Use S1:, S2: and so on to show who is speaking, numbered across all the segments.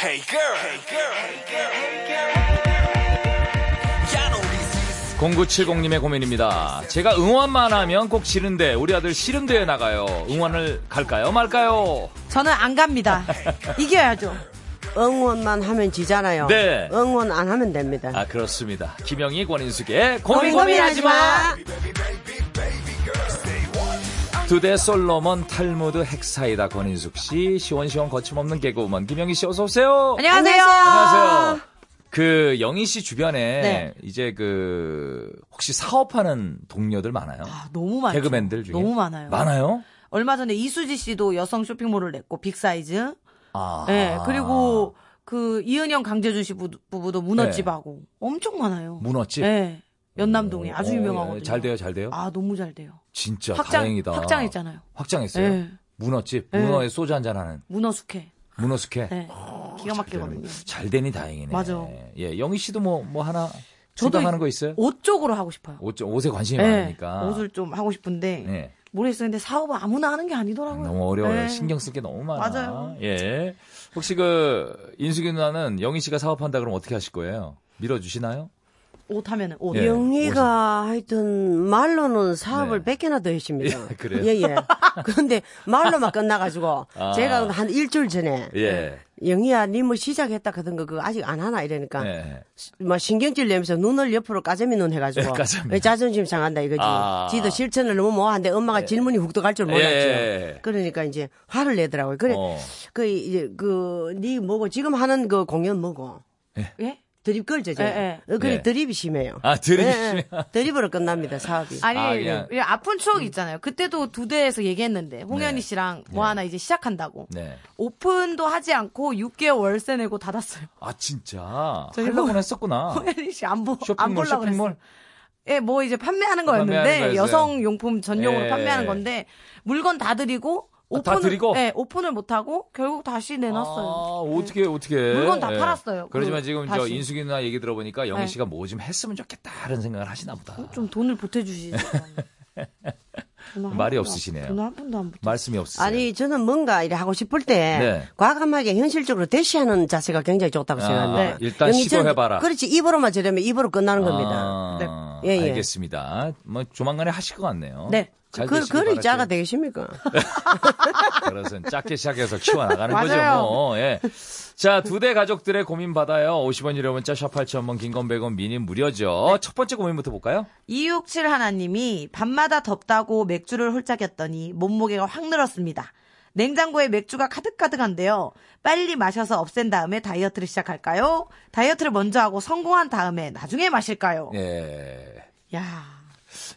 S1: Hey girl. Hey girl. Hey girl. Hey girl. 야, 너 우리
S2: 0970님의 고민입니다. 제가 응원만 하면 꼭 지는데 우리 아들 씨름대회 나가요. 응원을 갈까요 말까요?
S3: 저는 안 갑니다. 이겨야죠.
S2: 어,
S4: 응원만 하면 지잖아요.
S2: 네.
S4: 응원 안 하면 됩니다.
S2: 아 그렇습니다. 김영희 권인숙의 고민
S4: 고민
S2: 고민하지
S4: 고민하지
S2: 마.
S4: 마.
S2: 두 대 솔로몬 탈무드 핵사이다 권인숙 씨 시원시원 거침없는 개그우먼 김영희 씨 어서 오세요.
S3: 안녕하세요.
S2: 안녕하세요. 그 영희 씨 주변에
S3: 네.
S2: 이제 그 혹시 사업하는 동료들 많아요?
S3: 아, 너무 많죠.
S2: 개그맨들 중에
S3: 너무 많아요.
S2: 많아요?
S3: 얼마 전에 이수지 씨도 여성 쇼핑몰을 냈고 빅사이즈.
S2: 아.
S3: 네, 그리고 그 이은영 강재준 씨 부- 부부도 문어집하고 엄청 많아요.
S2: 네. 문어집.
S3: 네. 연남동에 아주
S2: 어,
S3: 유명하거든요.
S2: 잘 돼요, 잘 돼요.
S3: 아, 너무 잘 돼요.
S2: 진짜
S3: 확장-
S2: 다행이다.
S3: 확장했잖아요.
S2: 확장했어요.
S3: 네.
S2: 문어집,
S3: 네.
S2: 문어에 소주 한잔 하는
S3: 문어 숙회.
S2: 문어 숙회.
S3: 네. 기가 막히거든요.
S2: 아, 잘 되니 다행이네.
S3: 맞아.
S2: 예, 영희 씨도 뭐 뭐 하나
S3: 저도
S2: 주담하는 거 있어요?
S3: 옷 쪽으로 하고 싶어요.
S2: 옷, 옷에 관심이
S3: 네,
S2: 많으니까.
S3: 옷을 좀 하고 싶은데
S2: 네.
S3: 모르겠어요. 근데 사업은 아무나 하는 게 아니더라고요.
S2: 너무 어려워요.
S3: 네.
S2: 신경 쓸 게 너무 많아.
S3: 맞아요.
S2: 예. 혹시 그 인숙이 누나는 영희 씨가 사업한다 그러면 어떻게 하실 거예요? 밀어 주시나요?
S3: 옷 하면은 옷.
S2: 예.
S4: 영희가 하여튼 말로는 사업을
S2: 네.
S4: 100개나 더 했습니다.
S2: 예, 그래요?
S4: 예, 예. 그런데 말로만 끝나가지고
S2: 아.
S4: 제가 한 일주일 전에
S3: 네.
S2: 예.
S4: 영희야, 니 뭐 시작했다 그던 거 그거 아직 안 하나 이러니까
S2: 예.
S4: 막 신경질 내면서 눈을 옆으로 까재미 눈 해가지고
S2: 예, 까재미.
S4: 왜 자존심 상한다 이거지.
S2: 아.
S4: 지도 실천을 너무 뭐한데 엄마가 질문이 훅 들어갈 줄 몰랐죠.
S2: 예.
S4: 그러니까 이제 화를 내더라고요.
S3: 네.
S4: 그래,
S2: 어.
S4: 그 이제 그니 뭐고 지금 하는 그 공연 뭐고
S3: 예?
S4: 드립 걸죠.
S3: 예,
S4: 예, 예. 그래
S2: 예.
S4: 드립이 심해요.
S2: 아, 드립이
S4: 예, 예.
S2: 심해요?
S4: 드립으로 끝납니다 사업이.
S3: 아니
S2: 아, 그냥. 음.
S3: 예, 아픈 추억 있잖아요. 그때도 두 대에서 얘기했는데 홍현희
S2: 네.
S3: 씨랑 뭐 하나 이제 시작한다고.
S2: 네.
S3: 오픈도 하지 않고 6개월 월세 내고 닫았어요.
S2: 아, 진짜.
S3: 저희
S2: 하려고 했었구나.
S3: 홍현희 씨안 보, 뭐, 안
S2: 쇼핑몰
S3: 보려고
S2: 쇼핑몰.
S3: 그랬어요. 예, 뭐 이제 판매하는
S2: 판매하는
S3: 거였는데
S2: 거였어요.
S3: 여성 용품 전용으로
S2: 예.
S3: 판매하는 건데 물건 다 드리고
S2: 아,
S3: 오픈을
S2: 다 드리고?
S3: 예, 오픈을 못 하고 결국 다시 내놨어요.
S2: 아, 어떻게 어떻게 예.
S3: 물건 다 팔았어요.
S2: 그러지만
S3: 그,
S2: 지금 저
S3: 다시.
S2: 인숙이 누나 얘기 들어보니까 영희
S3: 네.
S2: 씨가 뭐 좀 했으면 좋겠다라는 생각을 하시나 보다.
S3: 좀 돈을 보태 주시죠.
S2: 말이 없으시네요.
S3: 돈한 푼도 안 보태.
S2: 말씀이 없으세요.
S4: 아니 저는 뭔가 이래 하고 싶을 때
S2: 네.
S4: 과감하게 현실적으로 대시하는 자세가 굉장히 좋다고
S2: 아,
S4: 생각합니다.
S2: 네. 일단
S4: 영희 전-
S2: 시도해봐라.
S4: 그렇지 입으로만 저려면 입으로 끝나는 겁니다.
S2: 아,
S4: 네. 예, 예.
S2: 알겠습니다. 뭐 조만간에 하실 것 같네요.
S3: 네.
S2: 잘
S4: 그,
S2: 되시길
S4: 그리
S2: 바랄게요.
S4: 짜가 되겠습니까?
S2: 그래서 작게 시작해서 키워나가는 거죠.
S3: 맞아요.
S2: 뭐. 예. 자, 두 대 가족들의 고민 받아요. 50원 유료 문자 샵 8000번 긴건 100원 미니 무료죠. 첫 번째 고민부터 볼까요?
S3: 267 하나님이 밤마다 덥다고 맥주를 홀짝였더니 몸무게가 확 늘었습니다. 냉장고에 맥주가 가득가득한데요. 빨리 마셔서 없앤 다음에 다이어트를 시작할까요? 다이어트를 먼저 하고 성공한 다음에 나중에 마실까요?
S2: 예.
S3: 야,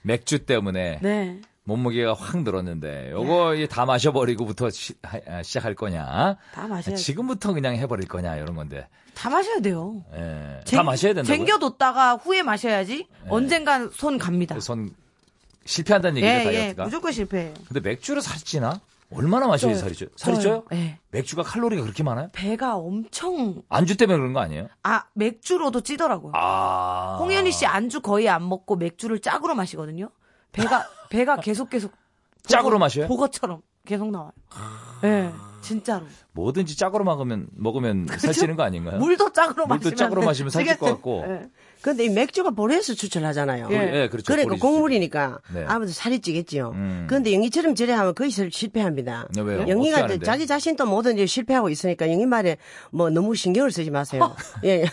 S2: 맥주 때문에
S3: 네.
S2: 몸무게가 확 늘었는데 요거 이제 다 마셔버리고부터 시, 작할 거냐?
S3: 다 마셔야지.
S2: 아, 지금부터 그냥 해버릴 거냐 이런 건데.
S3: 다 마셔야 돼요.
S2: 예. 다
S3: 쟁-
S2: 마셔야 된다고.
S3: 쟁겨뒀다가 후에 마셔야지 언젠간 손 갑니다.
S2: 선 실패한다는 얘기죠
S3: 예, 예.
S2: 다이어트가.
S3: 무조건 실패해요.
S2: 근데 맥주를 살찌나? 얼마나 마셔야 살이 쪄요? 살이 쪄요?
S3: 예.
S2: 맥주가 칼로리가 그렇게 많아요?
S3: 배가 엄청,
S2: 안주 때문에 그런 거 아니에요?
S3: 아, 맥주로도 찌더라고요.
S2: 아.
S3: 홍현희 씨 안주 거의 안 먹고 맥주를 짝으로 마시거든요. 배가 배가 계속 계속
S2: 짝으로 마셔요? 아.
S3: 보거처럼 계속 나와요. 예, 진짜로.
S2: 뭐든지 짝으로 먹으면 먹으면 살찌는 거 아닌가요?
S3: 물도 짝으로 마시면
S2: 물도 짝으로
S3: 안 돼.
S2: 마시면 살찔 것 같고.
S3: 예.
S4: 근데 이 맥주가 보리에서 추출하잖아요.
S2: 예, 예, 그렇죠.
S4: 러니까
S2: 보리수.
S4: 곡물이니까
S2: 네.
S4: 아무래도 살이 찌겠지요.
S2: 음.
S4: 그런데 영희처럼 저래 하면 거의 실- 실패합니다.
S2: 네, 왜요? 어떻게
S4: 영희가 이제
S2: 하는데?
S4: 자기 자신도 모든 일 실패하고 있으니까 영희 말에 뭐 너무 신경을 쓰지 마세요. 예, 예.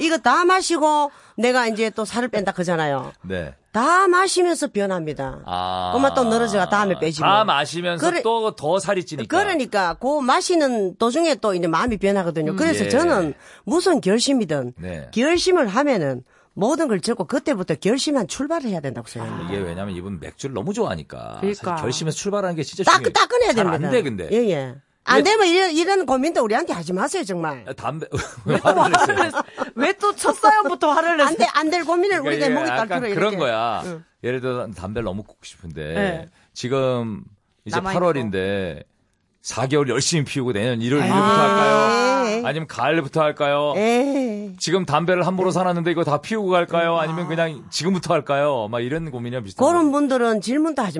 S4: 이거 다 마시고 내가 이제 또 살을 뺀다 그잖아요.
S2: 네.
S4: 다 마시면서 변합니다.
S2: 아.
S4: 그만 또 늘어져가 다음에 빼지.
S2: 다
S4: 뭐.
S2: 마시면서
S4: 그래-
S2: 또 더 살이 찌니까.
S4: 그러니까 그 마시는 도중에 또 이제 마음이 변하거든요. 그래서
S2: 예.
S4: 저는 무슨 결심이든
S2: 네.
S4: 결심을 하면은 모든 걸 적고 그때부터 결심한 출발을 해야 된다고 생각합니다.
S2: 이게 왜냐면 이분 맥주를 너무 좋아하니까.
S3: 그러니까.
S2: 사실 결심해서 출발하는 게 진짜 중요해요.
S4: 따끈 따끈해야 됩니다.
S2: 잘안 돼, 근데.
S4: 예예. 안 되면 이런 이런 고민도 우리한테 하지 마세요 정말.
S2: 아, 담배, 왜 화를 냈어요?
S3: 왜 또 첫 사연부터 화를 냈어요?
S4: 안돼 안 될 고민을
S2: 그러니까
S4: 우리가
S2: 이게
S4: 목이
S2: 약간
S4: 딸들어 이렇게.
S2: 그런 거야. 예를 들어 담배를 너무 꽂고 싶은데
S3: 네.
S2: 지금 이제
S3: 남아있는
S2: 8월인데 4개월 열심히 피우고 내년 1월
S4: 아.
S2: 1일부터 할까요?
S4: 에이.
S2: 아니면 예. 가을부터 할까요?
S4: 예. 에이.
S2: 지금 담배를 함부로
S4: 예.
S2: 사놨는데 이거 다 피우고 갈까요? 아니면 그냥 지금부터 할까요? 막 이런 고민이랑 비슷한
S4: 음. 그런
S2: 거.
S4: 분들은 질문도 하지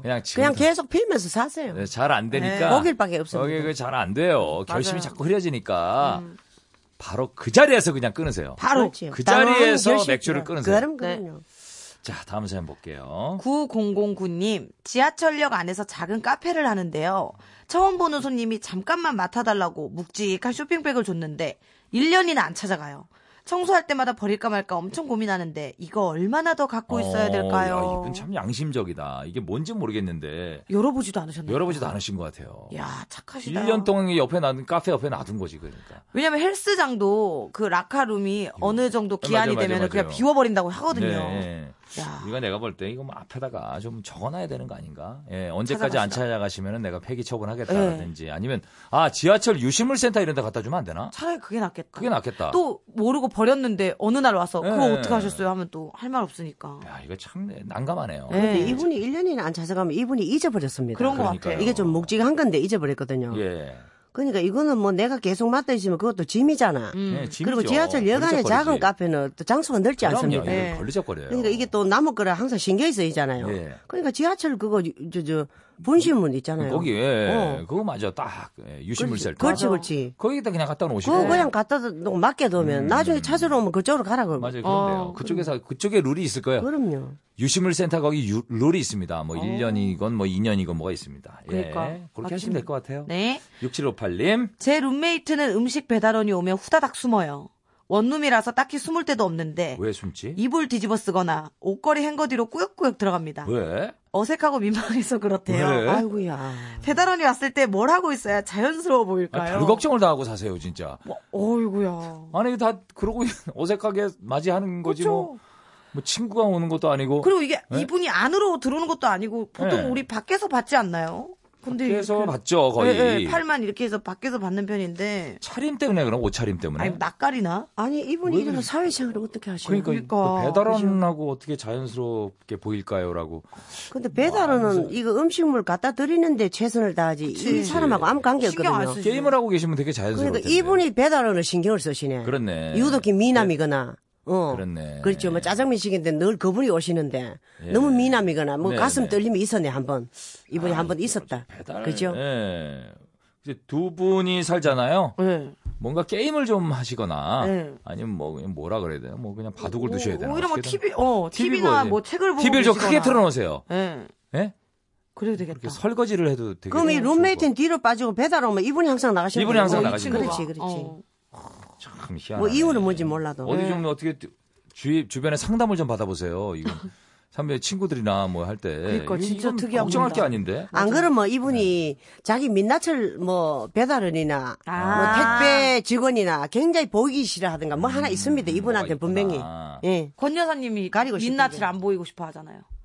S2: 그냥
S4: 그냥,
S2: 질문도
S4: 계속 피면서 사세요.
S2: 네, 잘안 되니까.
S4: 네, 거길밖에 없습니다.
S2: 거기 그잘안 돼요. 결심이
S3: 맞아요. 음.
S2: 자꾸 흐려지니까 바로 그 자리에서 그냥 끊으세요.
S3: 바로
S4: 그렇지요.
S2: 그
S4: 따로 하는
S2: 자리에서
S4: 결심이
S2: 맥주를
S4: 필요해요.
S2: 끊으세요.
S4: 그럼 그럼요.
S2: 자, 다음 사연 볼게요.
S3: 9009님, 지하철역 안에서 작은 카페를 하는데요. 처음 보는 손님이 잠깐만 맡아달라고 묵직한 쇼핑백을 줬는데 1년이나 안 찾아가요. 청소할 때마다 버릴까 말까 엄청 고민하는데 이거 얼마나 더 갖고 뭐 있어야
S2: 어, 야,
S3: 될까요?
S2: 이분 참 양심적이다. 이게 뭔지 모르겠는데
S3: 열어보지도 않으셨나요?
S2: 열어보지도 않으신 것 같아요.
S3: 야 착하시다.
S2: 1년 동안 이 옆에 놔둔 카페 옆에 놔둔 거지 그러니까.
S3: 왜냐면 헬스장도 그 라카룸이 어느 정도 기한이
S2: 음. 맞아, 맞아,
S3: 되면 그냥
S2: 맞아요.
S3: 비워버린다고 하거든요.
S2: 네.
S3: 야.
S2: 이거 내가 볼 때 이거 뭐 앞에다가 좀 적어놔야 되는 거 아닌가? 예, 언제까지 안 찾아가시면은 내가 폐기
S3: 네.
S2: 처분하겠다라든지 아니면 아 지하철 유실물센터 이런 데 갖다 주면 안 되나?
S3: 차라리 그게 낫겠다.
S2: 그게 낫겠다.
S3: 또 모르고 버렸는데 어느 날 와서 그거
S2: 네.
S3: 어떻게 하셨어요 하면 또 할 말 없으니까.
S2: 야 이거 참 난감하네요.
S3: 네.
S4: 근데 이분이 1년이나 안 찾아가면 이분이 잊어버렸습니다.
S3: 그런 것
S2: 그러니까요.
S3: 같아요.
S4: 이게 좀 묵직한 건데 잊어버렸거든요.
S2: 예.
S4: 그러니까 이거는 뭐 내가 계속 맡아 있으면 그것도 짐이잖아.
S2: 예, 짐이죠.
S4: 음. 그리고 지하철 여간의
S2: 걸리적거리지.
S4: 작은 카페는 또 장소가 넓지
S2: 그럼요.
S4: 않습니까?
S2: 이거
S3: 네.
S2: 걸리적거려요.
S4: 그러니까 이게 또 남의 거라 항상 신경 쓰이잖아요.
S2: 예.
S4: 그러니까 지하철 그거 저, 저 분실물 있잖아요.
S2: 거기 예.
S4: 어.
S2: 그거 맞아 딱 예, 유실물센터.
S4: 그렇지 그렇지.
S2: 거기다 그냥 갖다 놓으시고.
S4: 그거 그냥 갖다 놓고 맡겨두면 나중에 찾으러 오면 그쪽으로 가라 그러고.
S2: 음. 맞아요. 그런데요.
S3: 어,
S2: 그쪽에서 그쪽에 룰이 있을 거예요.
S4: 그럼요. 어.
S2: 유실물센터 거기 유- 룰이 있습니다. 뭐 1년이건 뭐 2년이건 뭐가 있습니다. 예.
S3: 그러니까.
S2: 그렇게
S3: 맞습니다.
S2: 하시면 될 것 같아요.
S3: 네.
S2: 6758님.
S3: 제 룸메이트는 음식 배달원이 오면 후다닥 숨어요. 원룸이라서 딱히 숨을 데도 없는데
S4: 네.
S2: 왜 숨지?
S3: 이불 뒤집어 쓰거나 옷걸이 행거 뒤로 꾸역꾸역 들어갑니다.
S2: 왜?
S3: 어색하고 민망해서 그렇대요.
S2: 왜?
S3: 아유,
S4: 아이고야.
S3: 배달원이 왔을 때 뭘 하고 있어야 자연스러워
S2: 아,
S3: 보일까요?
S2: 별 걱정을 다 하고 사세요, 진짜.
S3: 어이구야.
S2: 아니, 다 그러고 어색하게 맞이하는 거지 뭐.
S3: 그렇죠.
S2: 뭐 친구가 오는 것도 아니고.
S4: 그러니까
S3: 그리고 이게 이분이 안으로 들어오는 것도 아니고 보통
S2: 네.
S3: 우리 밖에서 받지 않나요? 근데
S2: 그래서
S3: 이렇게-
S2: 봤죠, 거의.
S3: 네, 예, 예, 팔만 이렇게 해서 밖에서 받는 편인데
S2: 차림 때문에 그럼 옷차림 때문에.
S3: 아니 낯가리나?
S4: 아니 이분이 이래서 사회생활을 어떻게 하시는
S2: 그러니까,
S4: 거
S3: 그러니까.
S2: 그 배달원하고 어떻게 자연스럽게 보일까요라고.
S4: 근데 배달원은 이거 음식물 갖다 드리는데 최선을 다하지 이 사람하고 아무 관계
S3: 신경 안
S4: 없거든요.
S3: 쓰지.
S2: 게임을 하고 계시면 되게 자연스러울
S4: 그러니까
S2: 텐데.
S4: 이분이 배달원을 신경을 쓰시네.
S2: 그렇네.
S4: 유독 이 미남이거나. 어.
S2: 그렇네.
S4: 그렇죠. 뭐 짜장면식인데 늘 그분이 오시는데 너무 미남이거나 뭐
S2: 예. 네,
S4: 가슴
S2: 네. 아,
S4: 떨림이 있었네 한 번. 이분이 한 번 있었다. 그렇죠?
S2: 배달.
S4: 그죠?
S2: 예. 이제 두 분이 살잖아요.
S3: 네.
S2: 뭔가 게임을 좀 하시거나
S3: 네.
S2: 아니면 뭐 그냥 뭐라 그래야 되나? 뭐 그냥 바둑을 두셔야 되나?
S3: 오히려 뭐
S2: 어떻게
S3: TV, 어,
S2: TV
S3: TV나
S2: 보지.
S3: 뭐 책을 보고
S2: TV를 좀 크게
S3: 계시거나. 아.
S2: 틀어놓으세요.
S3: 예.
S2: 예?
S3: 그래도
S2: 이렇게
S3: 되겠다. 어,
S2: 설거지를 해도 되게.
S4: 그럼 이
S2: 좋을 것
S4: 룸메이트는 뒤로 빠지고 배달 오면 이분이 항상 나가시는
S2: 이분이 항상 나가시는
S3: 친구가.
S4: 그렇지, 그렇지.
S3: 어.
S2: 같아요. 참 희한하네.
S4: 뭐 이유는 뭔지 몰라도. 예.
S2: 어디 좀 어떻게 주위 주변에 상담을 좀 받아보세요. 이거 삼배 친구들이나 뭐 할 때.
S3: 그러니까 진짜
S2: 이건
S3: 특이합니다.
S2: 걱정할 게 아닌데.
S4: 안 그러면 뭐 이분이 자기 민낯을 뭐 배달원이나
S3: 아.
S4: 뭐 택배 직원이나 굉장히 보기 싫어하든가 뭐 하나 있습니다. 이분한테
S2: 음, 뭐가
S4: 분명히.
S2: 있구나.
S4: 예.
S3: 권 여사님이
S4: 가리고 싶은데.
S3: 민낯을 안 보이고 싶어 하잖아요.
S2: 네.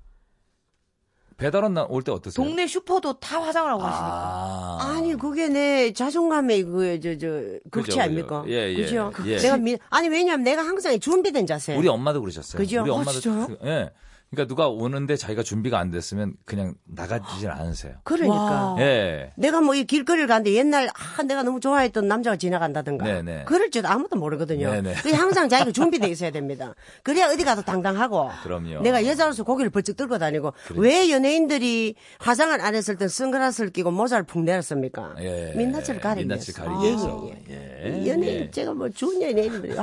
S2: 배달원 올 때 어떠세요?
S3: 동네 슈퍼도 다 화장을 하고 하시니까.
S2: 아.
S4: 아니 그게 내 자존감의 그저저 극치
S2: 그죠.
S4: 아닙니까?
S2: 예, 예.
S4: 그죠?
S2: 예.
S4: 내가 민 아니 왜냐면 내가 항상 준비된 자세.
S2: 우리 엄마도 그러셨어요.
S4: 네. 그죠?
S2: 우리
S4: 어,
S2: 엄마도
S4: 진짜요?
S2: 그- 예. 그러니까 누가 오는데 자기가 준비가 안 됐으면 그냥 나가지질 않으세요.
S4: 그러니까.
S3: 와.
S2: 예.
S4: 내가 뭐 이 길거리를 가는데 옛날 아 내가 너무 좋아했던 남자가 지나간다든가
S2: 네네.
S4: 그럴 줄 아무도 모르거든요.
S2: 네네.
S4: 그래서 항상 자기가 준비돼 있어야 됩니다. 그래야 어디 가도 당당하고
S2: 그럼요. 그러니까.
S4: 내가 여자로서 고개를 번쩍 들고 다니고 왜 연예인들이 화장을 안 했을 땐 선글라스를 끼고 모자를 푹 내렸습니까?
S2: 예.
S4: 민낯을 가리기 위해서.
S2: 민낯을 가리기 위해서.
S4: 예,
S2: 예.
S4: 예, 예. 연예인
S2: 예.
S4: 제가 뭐 준연예인들이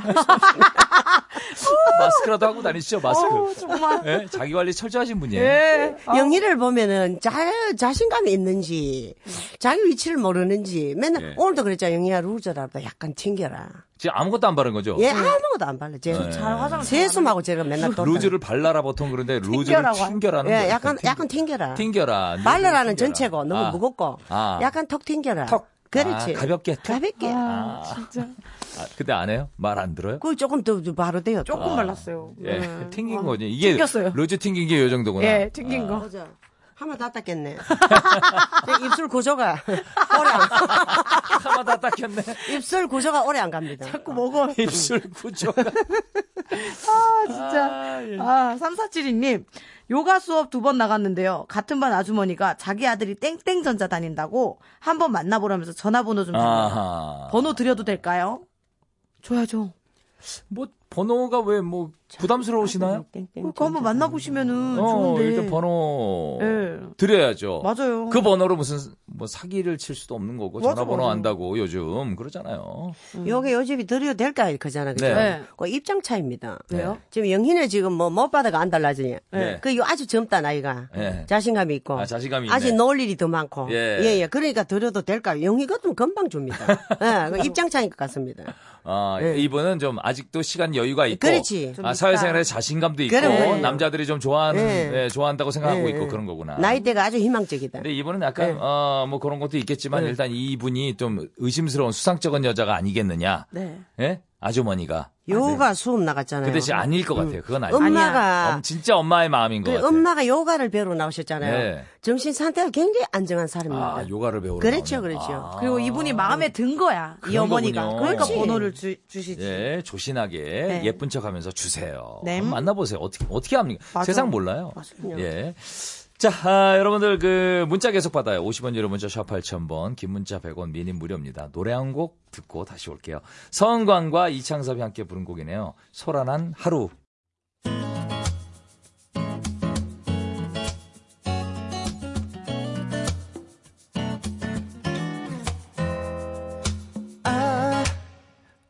S2: 마스크라도 하고 다니시죠, 마스크.
S3: 정말.
S2: 예? 자기 관리 철저하신 분이에요.
S3: 예.
S2: 어?
S4: 영희를 보면은 자, 자신감이 있는지 자기 위치를 모르는지 맨날
S2: 예.
S4: 오늘도 그랬잖아 영희야 루저라도 약간 챙겨라.
S2: 지금 아무것도 안 바른 거죠?
S4: 예, 아무것도 안 발라. 제
S3: 잘 화장을
S4: 네. 세수하고 제가 맨날 또.
S2: 어, 네. 루즈를 발라라 보통 그런데 루즈를
S3: 튕겨라고 하는- 예.
S2: 튕겨라는
S4: 예,
S2: 거예요.
S4: 약간,
S2: 튕겨-
S4: 약간 튕겨라.
S2: 튕겨라. 루즈를 튕겨라.
S4: 발라라는 전체고 너무
S2: 아.
S4: 무겁고.
S2: 아.
S4: 약간 턱 튕겨라.
S2: 턱.
S4: 그렇지.
S2: 아, 가볍게 턱?
S4: 가볍게.
S3: 아, 진짜.
S2: 아, 근데 안 해요? 말 안 들어요?
S4: 그걸 조금 더 바로 돼요.
S3: 조금 발랐어요.
S2: 예.
S3: 네.
S2: 튕긴
S3: 아,
S2: 거죠. 이게
S3: 튕겼어요.
S2: 루즈 튕긴 게 요 정도구나.
S3: 예, 튕긴 거.
S4: 맞아. 하마 다 닦겠네. 제 입술 구조가 오래 안,
S2: 아, 하마 다 닦였네.
S4: 입술 구조가 오래 안 갑니다.
S3: 자꾸 먹어.
S2: 입술 구조가.
S3: 아, 진짜. 아, 3472님. 요가 수업 두 번 나갔는데요. 같은 반 아주머니가 자기 아들이 땡땡전자 다닌다고 한 번 만나보라면서 전화번호 좀 달라고.
S2: 아하.
S3: 번호 드려도 될까요? 줘야죠.
S2: 뭐 번호가 왜 뭐 부담스러우시나요?
S3: 그거 한번 만나보시면은
S2: 어,
S3: 좋은데.
S2: 일단 번호
S3: 예.
S2: 드려야죠.
S3: 맞아요.
S2: 그 번호로 무슨 뭐 사기를 칠 수도 없는 거고
S3: 맞아,
S2: 전화번호
S3: 맞아.
S2: 한다고 요즘 그러잖아요.
S4: 음. 요게 요집이 드려도 될까 이거잖아. 그죠?
S2: 네.
S3: 네.
S4: 그 입장 차입니다.
S3: 왜요?
S4: 지금 영희는 지금 뭐 못 받아가 안 달라지냐.
S2: 네.
S4: 그 이거 아주 젊다 나이가.
S2: 네.
S4: 자신감이 있고.
S2: 아, 자신감이 있네.
S4: 아직 넣을 일이 더 많고.
S2: 예.
S4: 예, 예. 그러니까 드려도 될까? 영희가 좀 금방 줍니다. 예, 그 입장 차인 것 같습니다.
S2: 아, 이분은 좀 아직도 시간 여유가 있고
S4: 네. 그렇지.
S3: 좀
S2: 아,
S3: 있다.
S2: 사회생활에 자신감도 있고
S4: 그래요.
S2: 남자들이 좀 좋아하는
S4: 네.
S2: 예, 좋아한다고 네. 생각하고
S4: 예,
S2: 있고
S4: 예.
S2: 그런 거구나.
S4: 나이대가 네. 아주 희망적이다.
S2: 근데 이분은 약간 어, 뭐 그런 것도
S4: 네.
S2: 있겠지만 일단 이분이 좀 의심스러운 수상쩍은 여자가 아니겠느냐?
S3: 네.
S2: 예? 아주머니가.
S4: 요가 수업 나갔잖아요.
S2: 그 대신 아닐 것 같아요. 그건 아니에요.
S4: 네. 엄마가
S2: 엄- 진짜 엄마의 마음인 것
S4: 그
S2: 같아요.
S4: 엄마가 요가를 배우러 나오셨잖아요.
S2: 네.
S4: 정신 상태가 굉장히 안정한 사람입니다.
S2: 아, 요가를 배우러
S4: 그렇죠,
S2: 나오네.
S4: 그렇죠.
S2: 아.
S3: 그리고 이분이 마음에 든 거야. 이
S2: 그런
S3: 어머니가.
S2: 거군요.
S3: 그러니까
S2: 그렇지.
S3: 번호를 주, 주시지.
S2: 예, 조신하게
S3: 네.
S2: 예쁜 척 하면서 주세요.
S3: 네.
S2: 한번 만나보세요. 어떻게, 어떻게 합니까?
S3: 맞아.
S2: 세상 몰라요.
S3: 맞아요.
S2: 예. 자, 아, 여러분들 그 문자 계속 받아요. 50원 유료 문자 샵 8000번, 긴 문자 100원 미니 무료입니다. 노래 한 곡 듣고 다시 올게요. 서은광과 이창섭이 함께 부른 곡이네요. 소란한 하루.
S5: 아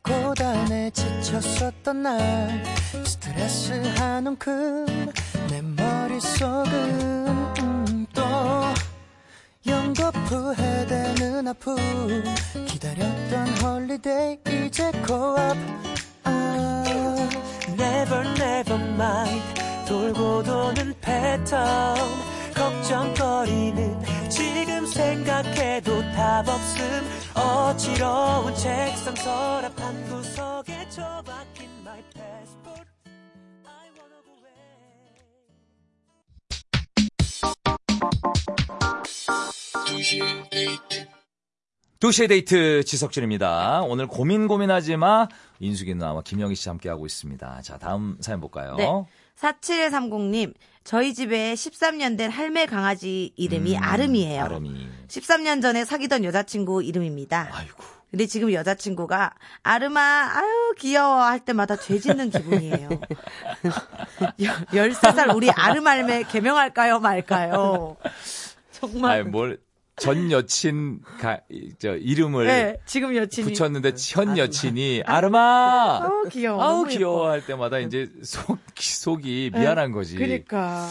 S5: 고단에 지쳤었던 날그 스트레스 한 움큼 내 머릿속은 음, 또 연거푸 해대는 아픔 기다렸던 홀리데이 이제 코앞 아
S1: Never never mind 돌고 도는 패턴 걱정거리는 지금 생각해도 답 없음 어지러운 책상 서랍 한 구석에 처박힌 my passport I wanna go away
S2: 두시의 데이트 지석진입니다. 오늘 고민 고민하지 마. 인숙이 누나와 김영희 씨 함께하고 있습니다. 자, 다음 사연 볼까요?
S3: 네. 4730님, 저희 집에 13년 된 할매 강아지 이름이 아름이에요.
S2: 음, 아름이.
S3: 13년 전에 사귀던 여자친구 이름입니다.
S2: 아이고.
S3: 근데 지금 여자친구가 아름아, 아유, 귀여워 할 때마다 죄 짓는 기분이에요. 여- 13살 우리 아름 할매 개명할까요, 말까요? 정말.
S2: 아니 뭘 전 여친 가, 이, 저 이름을
S3: 네, 지금 여친이.
S2: 붙였는데 현 여친이 아름아
S3: 아, 아우, 귀여워.
S2: 아우
S3: 너무
S2: 귀여워
S3: 예뻐.
S2: 할 때마다 이제 속 속이 미안한 거지.
S3: 네. 그러니까.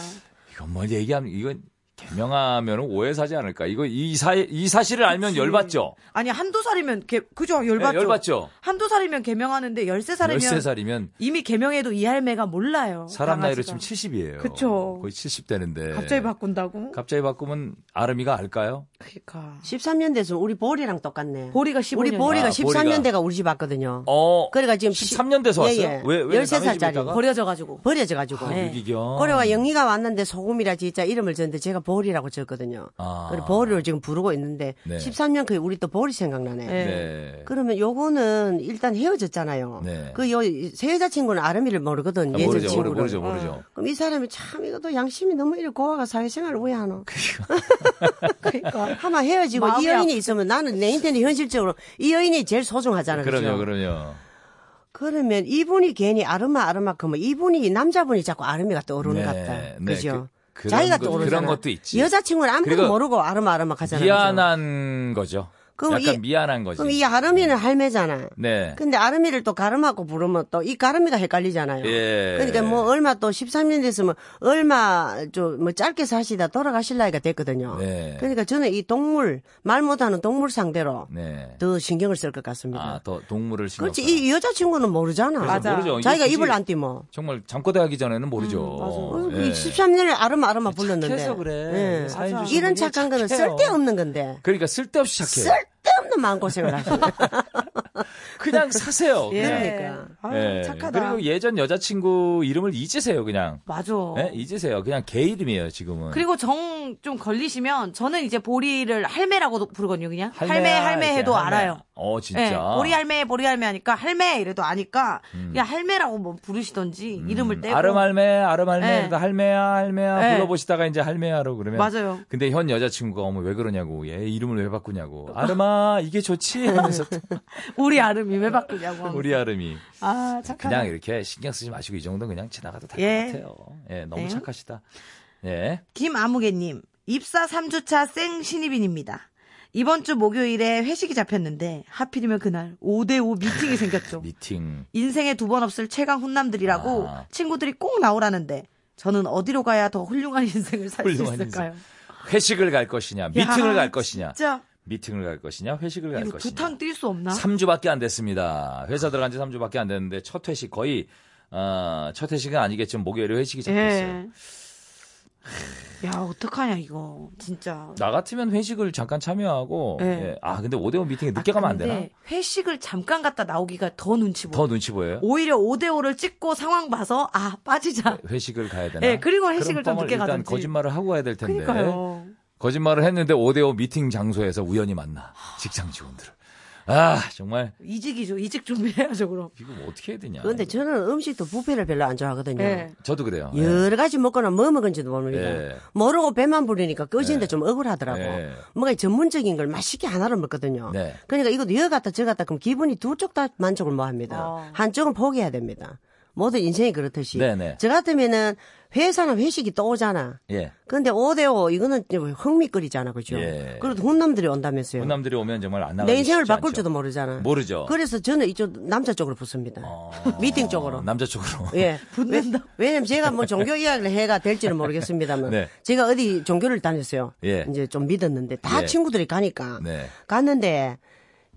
S2: 이건 뭐 얘기하면 이건 개명하면 오해 사지 않을까? 이거 이 사 이 사실을 알면 열받죠.
S3: 아니, 한두 살이면, 개, 그죠? 열받죠?
S2: 네, 열받죠.
S3: 한두 살이면 개명하는데 13살이면
S2: 13살이면
S3: 이미 개명해도 이 할매가 몰라요.
S2: 사람 나이로
S3: 강아지가.
S2: 지금 70이에요.
S3: 그쵸.
S2: 거의 70 되는데.
S3: 갑자기 바꾼다고?
S2: 갑자기 바꾸면 아름이가 알까요?
S3: 그러니까.
S4: 13년 돼서 우리 보리랑 똑같네.
S3: 보리가 15년.
S4: 우리 보리가
S2: 아,
S4: 13년 대가 우리 집 왔거든요.
S2: 어.
S4: 그러니까 지금 예.
S2: 13년 돼서 왔어요? 왜- 왜 남의 집에
S4: 13살짜리
S2: 있다가?
S4: 버려져가지고 버려져가지고.
S3: 네.
S2: 아, 유기견.
S4: 고려가 영희가 왔는데 소금이라 진짜 이름을 지었는데 제가 보리라고 지었거든요.
S2: 아.
S4: 그래서 보리로 지금 부르고 있는데
S2: 네.
S4: 13년 그 우리 또 보리 생각나네.
S3: 네.
S2: 네.
S4: 그러면 요거는 일단 헤어졌잖아요.
S2: 네.
S4: 그요새 여자친구는 아름이를 모르거든.
S2: 아,
S4: 예전
S2: 모르죠,
S4: 친구를.
S2: 모르- 모르죠, 모르죠.
S3: 어.
S4: 그럼 이 사람이 참 이것도 양심이 너무 이래 고아가 사회생활을 왜 하노?
S3: 그러니까.
S4: 아마 헤어지고
S3: 마음이
S4: 이 여인이 있으면 나는 내 인생에 현실적으로 이 여인이 제일 소중하잖아요.
S2: 그럼요,
S4: 그죠?
S2: 그럼요.
S4: 그러면 이분이 괜히 아름아 아름아 그러면 이분이 남자분이 자꾸 아름이가 떠오르는
S2: 네,
S4: 것 같다.
S2: 네,
S4: 그죠?
S2: 그- 그런
S4: 자기가
S2: 것-
S4: 떠오르잖아.
S2: 그런 것도 있지.
S4: 여자친구는 아무것도
S2: 그리고
S4: 모르고 아름아 아름아 가잖아요. 그죠?
S2: 미안한 거죠.
S4: 그럼
S2: 약간
S4: 이-
S2: 미안한 거지.
S4: 그럼 이 그- 아름이는 할매잖아.
S2: 네.
S4: 근데 아름이를 또 가름하고 부르면 또 이 가름이가 헷갈리잖아요.
S2: 예.
S4: 그러니까 뭐 얼마 또 13년 됐으면 얼마 좀 뭐 짧게 사시다 돌아가실 나이가 됐거든요.
S2: 네.
S4: 그러니까 저는 이 동물 말 못하는 동물 상대로
S2: 네.
S4: 더 신경을 쓸 것 같습니다.
S2: 아, 더 동물을 신경
S4: 음. 그렇지
S2: 써.
S4: 이 여자친구는 모르잖아.
S2: 맞아. 모르죠. 이게
S4: 자기가
S2: 굳이-
S4: 입을 안 띄면.
S2: 정말 잠꼬대 하기 전에는 모르죠.
S4: 어,
S2: 예.
S4: 13년을 아름아름아 불렀는데.
S2: 네, 착해서 그래.
S4: 예.
S2: 사연
S4: 맞아.
S2: 주신
S4: 이런
S2: 분이
S4: 착한 거는
S2: 착해요.
S4: 쓸데없는 건데.
S2: 그러니까 쓸데없이 착해. 요
S4: 쓸데없는 마음고생을 하시
S2: 그냥 사세요.
S3: 예.
S2: 그냥.
S4: 그러니까.
S3: 아유,
S2: 예.
S3: 착하다.
S2: 그리고 예전 여자친구 이름을 잊으세요, 그냥.
S3: 맞아.
S4: 어.
S2: 예? 잊으세요. 그냥 개 이름이에요, 지금은.
S3: 그리고 정 보통 좀 걸리시면 저는 이제 보리를 할매라고도 부르거든요. 그냥
S2: 할매야,
S3: 할매 할매
S2: 이렇게
S3: 해도
S2: 할매.
S3: 알아요.
S2: 어, 진짜.
S3: 예, 보리 할매 보리 할매 하니까 할매 이래도 아니까 그냥 할매라고 뭐 부르시던지 이름을 떼고
S2: 음. 아름할매, 아름할매,
S3: 네.
S2: 그러다 할매야, 할매야
S3: 네.
S2: 불러보시다가 이제 할매야로 그러면.
S3: 맞아요.
S2: 근데 현 여자친구가 어머 왜 그러냐고, 얘 이름을 왜 바꾸냐고. 아름아, 이게 좋지? 하면서
S3: 네.
S2: 또
S3: 우리 아름이 왜 바꾸냐고. 하면서.
S2: 우리 아름이.
S3: 아 착한.
S2: 그냥 이렇게 신경 쓰지 마시고 이 정도는 그냥 지나가도 될 것
S3: 예.
S2: 같아요. 예, 너무
S3: 네.
S2: 착하시다. 예.
S3: 김아무개님, 입사 3주차 생 신입인입니다. 이번 주 목요일에 회식이 잡혔는데 하필이면 그날 5대5 미팅이 생겼죠.
S2: 미팅.
S3: 인생에 두 번 없을 최강 훈남들이라고
S2: 아.
S3: 친구들이 꼭 나오라는데 저는 어디로 가야 더 훌륭한 인생을 살 수
S2: 훌륭한
S3: 있을까요?
S2: 회식을 갈 것이냐, 미팅을
S3: 야,
S2: 갈 것이냐.
S3: 진짜
S2: 미팅을 갈 것이냐, 회식을 갈
S3: 이거
S2: 것이냐.
S3: 두탕 뛸 수 없나?
S2: 3주밖에 안 됐습니다. 회사 들어간 지 3주밖에 안 됐는데 첫 회식 거의 어, 첫 회식은 아니겠지만 목요일에 회식이 잡혔어요.
S3: 예. 야 어떡하냐 이거 진짜.
S2: 나 같으면 회식을 잠깐 참여하고
S3: 예.
S2: 예. 아 근데 5대5 미팅에 늦게 가면 안 되나?
S3: 근데 회식을 잠깐 갔다 나오기가 더 눈치 보여.
S2: 더 눈치 보여요?
S3: 오히려 5대5를 찍고 상황 봐서 아
S2: 네.
S3: 빠지자.
S2: 회식을 가야 되나?
S3: 예, 그리고 회식을 좀
S2: 그럼 뻥을
S3: 늦게
S2: 일단
S3: 가든지.
S2: 거짓말을 하고 가야 될 텐데.
S3: 그러니까요.
S2: 네. 거짓말을 했는데 5대5 미팅 장소에서 우연히 만나 직장 직원들을. 아 정말
S3: 이직이죠. 이직 준비해야죠 그럼.
S2: 이거 뭐 어떻게 해야 되냐?
S4: 그런데 저는 음식도 부페를 별로 안 좋아하거든요.
S3: 예.
S2: 저도 그래요. 예.
S4: 여러 가지 먹거나 뭐 먹은지도 모릅니다.
S2: 예.
S4: 모르고 배만 부르니까 꺼지는데
S2: 예.
S4: 좀 억울하더라고.
S2: 예.
S4: 뭔가 전문적인 걸 맛있게 하나로 먹거든요.
S2: 네.
S4: 그러니까 이것도 여 같다 저 같다 그럼 기분이 두 쪽 다 만족을 못 합니다.
S3: 어.
S4: 한쪽은 포기해야 됩니다. 모든 인생이 그렇듯이.
S2: 네네.
S4: 저 같으면은 회사는 회식이 또 오잖아.
S2: 예.
S4: 근데 5대5 이거는 좀 흥미거리잖아, 그죠?
S2: 예.
S4: 그래도 훈남들이 온다면서요.
S2: 군남들이 오면 정말 안 나가.
S4: 내 인생을 바꿀지도 모르잖아.
S2: 모르죠. 어.
S4: 그래서 저는 이쪽 남자 쪽으로 붙습니다. 미팅 쪽으로.
S2: 남자 쪽으로.
S4: 예.
S3: 붙는다.
S4: 왜, 왜냐면 제가 뭐 종교 이야기를 해가 될지는 모르겠습니다만.
S2: 네.
S4: 제가 어디 종교를 다녔어요.
S2: 예.
S4: 이제 좀 믿었는데 다
S2: 예.
S4: 친구들이 가니까.
S2: 네.
S4: 갔는데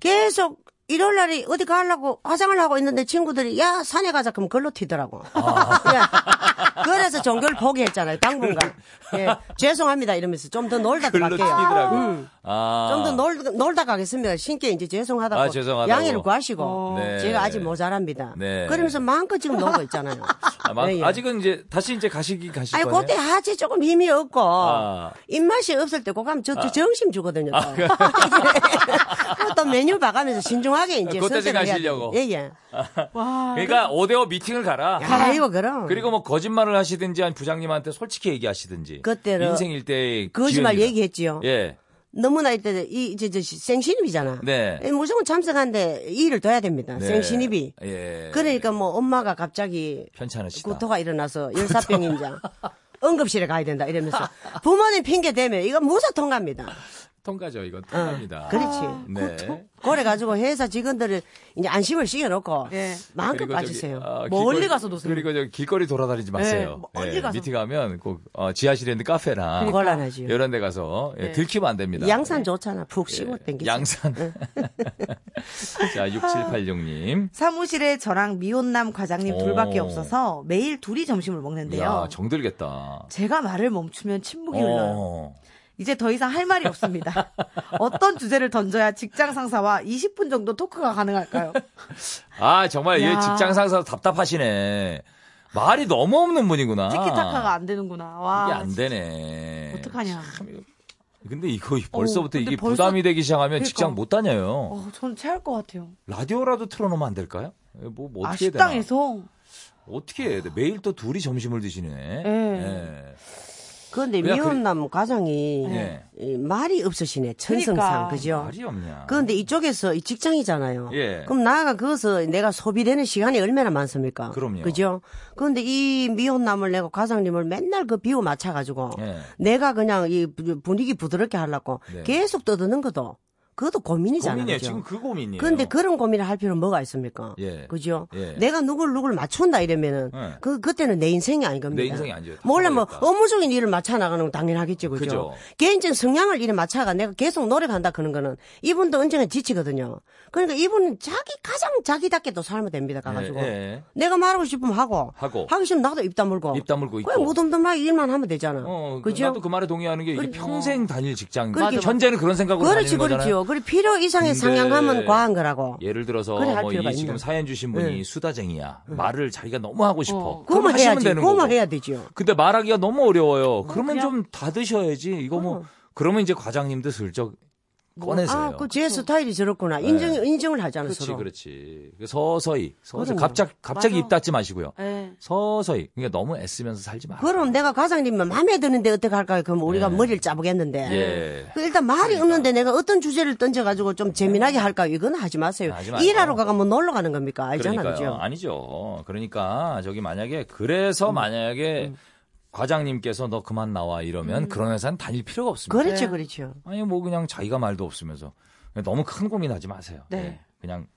S4: 계속 일요일 날이 어디 가려고 화장을 하고 있는데 친구들이 야 산에 가자 그럼 걸로 튀더라고.
S2: 아.
S4: 예. 그래서 종교를 포기했잖아요. 당분간. 예. 죄송합니다 이러면서 좀 더 놀다
S2: 글로
S4: 갈게요.
S2: 튀더라고.
S4: 음.
S2: 아.
S4: 좀 더 놀다 가겠습니다. 신께 이제 죄송하다고
S2: 아, 죄송하다고.
S4: 양해를 구하시고
S2: 네.
S4: 제가 아직 모자랍니다.
S2: 네.
S4: 그러면서 마음껏 지금 놀고 있잖아요.
S2: 아, 마-
S4: 예, 예.
S2: 아직은 이제 다시 이제 가시기 가실
S4: 아니
S2: 거예요.
S4: 그때 아직 조금 힘이 없고
S2: 아.
S4: 입맛이 없을 때 그거 하면 저, 저 정신 주거든요. 또. 또 메뉴 봐가면서 신중하게 이제
S2: 그때
S4: 선택을 해야
S2: 생각하시려고.
S4: 돼. 예예.
S3: 와.
S2: 그러니까 5대5 미팅을 가라.
S4: 아이고 그럼.
S2: 그리고 뭐 거짓말을 하시든지 한 부장님한테 솔직히 얘기하시든지.
S4: 그때로
S2: 인생일 때
S4: 거짓말
S2: 기회입니다.
S4: 얘기했지요.
S2: 예.
S4: 너무나 이때 이 이제 저 생신입이잖아.
S2: 네.
S4: 예, 무조건 참석하는데 일을 둬야 됩니다.
S2: 네.
S4: 생신입이.
S2: 예.
S4: 그러니까 뭐 엄마가 갑자기
S2: 편찮으시다.
S4: 구토가 그 일어나서
S2: 그
S4: 열사병인자 응급실에 가야 된다 이러면서 부모님 핑계 대면 이거 무사 통과입니다.
S2: 통과죠. 이건 통과입니다.
S4: 어. 그렇지.
S2: 네.
S4: 그래 가지고 회사 직원들을 이제 안심을 시켜놓고
S3: 예.
S4: 마음껏
S2: 그리고
S4: 빠지세요.
S2: 저기, 아,
S3: 멀리 가서 노세요.
S2: 그리고 저 길거리 돌아다니지 마세요. 예,
S3: 네, 멀리 가서.
S2: 미팅 가면 꼭 어, 지하실에 있는 카페나
S4: 곤란하지요.
S2: 이런 데 가서 예, 들키면 안 됩니다.
S4: 네. 양산 좋잖아. 푹 쉬고 땡기지.
S2: 예. 양산. 자, 6786님.
S4: 아,
S3: 사무실에 저랑 미혼남 과장님
S2: 오.
S3: 둘밖에 없어서 매일 둘이 점심을 먹는데요.
S2: 야, 어. 정들겠다.
S3: 제가 말을 멈추면 침묵이 흘러요.
S2: 어.
S3: 이제 더 이상 할 말이 없습니다. 어떤 주제를 던져야 직장 상사와 20분 정도 토크가 가능할까요?
S2: 아, 정말 얘
S3: 야.
S2: 직장 상사 답답하시네. 말이 너무 없는 분이구나.
S3: 티키타카가 안 되는구나. 와.
S2: 아. 이게 안 되네.
S3: 어떡하냐.
S2: 근데 이거 벌써부터
S3: 어, 근데
S2: 이게
S3: 벌써-
S2: 부담이 되기 시작하면
S3: 그러니까.
S2: 직장 못 다녀요.
S3: 어, 저는 체할 것 같아요.
S2: 라디오라도 틀어놓으면 안 될까요? 뭐, 뭐
S3: 아,
S2: 어떻게 해야 되나?
S3: 식당에서.
S2: 어떻게 해야 돼? 매일 또 둘이 점심을 드시네.
S3: 예.
S4: 그런데
S2: 그냥
S4: 미혼남 과장이
S2: 예.
S4: 이 말이 없으시네. 천성상.
S3: 그러니까.
S4: 그죠
S2: 말이 없냐.
S4: 그런데 이쪽에서 이 직장이잖아요.
S2: 예.
S4: 그럼 나아가 거기서 내가 소비되는 시간이 얼마나 많습니까?
S2: 그럼요.
S4: 그죠? 그런데 이 미혼남을 내고 과장님을 맨날 그 비호 맞춰가지고
S2: 예.
S4: 내가 그냥 이 부- 분위기 부드럽게 하려고
S2: 네.
S4: 계속 떠드는 것도 그것도 고민이잖아요.
S2: 고민이에요.
S4: 그죠?
S2: 지금 그 고민이에요.
S4: 그런데 그런 고민을 할 필요는 뭐가 있습니까?
S2: 예.
S4: 그죠?
S2: 예.
S4: 내가 누굴 누굴 맞춘다 이러면은
S2: 예.
S4: 그 그때는 내 인생이 아닌 겁니다.
S2: 내 인생이 아니죠.
S4: 몰라 뭐
S2: 답답하겠다.
S4: 업무적인 일을 맞춰 나가는 건 당연하겠죠, 그죠?
S2: 그죠.
S4: 개인적인 성향을 일에 맞춰가 내가 계속 노력한다 그런 거는 이분도 언젠가 지치거든요. 그러니까 이분은 자기 가장 자기답게 또 살면 됩니다. 가가지고
S2: 예, 예.
S4: 내가 말하고 싶으면 하고
S2: 하고.
S4: 하기 싫으면 나도 입 다물고
S2: 입 다물고 있고.
S4: 그냥 무덤덤하게 일만 하면 되잖아.
S2: 어, 그
S4: 그죠?
S2: 나도 그 말에 동의하는 게 이게 평생 다닐 직장.
S4: 그러니까.
S2: 현재는 그런 생각으로
S4: 그렇지,
S2: 다니는 거잖아요.
S4: 그렇지요. 그리고 필요 이상의
S2: 근데
S4: 상향하면 과한 거라고.
S2: 예를 들어서
S4: 그래, 할
S2: 뭐
S4: 필요가
S2: 이 지금
S4: 있나?
S2: 사연 주신 분이 수다쟁이야. 말을 자기가 너무 하고 싶어. 그럼
S4: 그거만
S2: 하시면
S4: 해야지.
S2: 되는 거고.
S4: 그거만 해야 되죠.
S2: 근데 말하기가 너무 어려워요. 그러면 좀 닫으셔야지. 이거 뭐 그러면 이제 과장님도 슬쩍 꺼내세요. 그렇죠. 네.
S4: 어. 아, 그 제 스타일이 저렇구나. 인정, 인정을 하잖아,
S2: 그렇지,
S4: 서로.
S2: 그렇지. 서서히, 서서히
S4: 그럼.
S2: 갑자기 갑자기
S3: 맞아.
S2: 입 닫지 마시고요.
S3: 예.
S2: 서서히. 그러니까 너무 애쓰면서 살지 마.
S4: 그럼 내가 과장님만 마음에 드는데 어떻게 할까요? 그럼 우리가 머리를 짜보겠는데.
S2: 네. 예.
S4: 그 일단 말이 없는데 내가 어떤 주제를 던져가지고 좀 재미나게 할까요? 이건 하지 마세요.
S2: 네. 하지 마요.
S4: 일하러 가가 뭐 놀러 가는 겁니까? 알잖아,
S2: 그러니까요.
S4: 그죠?
S2: 아니죠. 그러니까 저기 만약에 그래서
S4: 음.
S2: 만약에 과장님께서 너 그만 나와 이러면 그런 회사는 다닐 필요가 없습니다.
S4: 음. 그렇죠, 그렇죠.
S2: 아니 뭐 그냥 자기가 말도 없으면서 너무 큰 고민하지 마세요.
S3: 네.
S2: 예. 그냥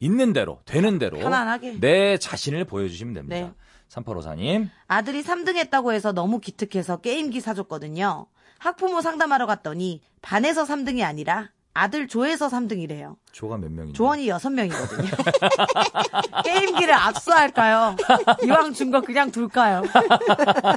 S2: 있는 대로 되는 대로
S3: 편안하게.
S2: 내 자신을 보여주시면 됩니다.
S3: 네.
S2: 3854님
S3: 아들이 3등 했다고 해서 너무 기특해서 게임기 사줬거든요. 학부모 상담하러 갔더니 반에서 3등이 아니라 아들 조에서 3등이래요.
S2: 조가 몇 명인지
S3: 조원이 6명이거든요. 게임기를 압수할까요? 이왕 준 거 그냥 둘까요?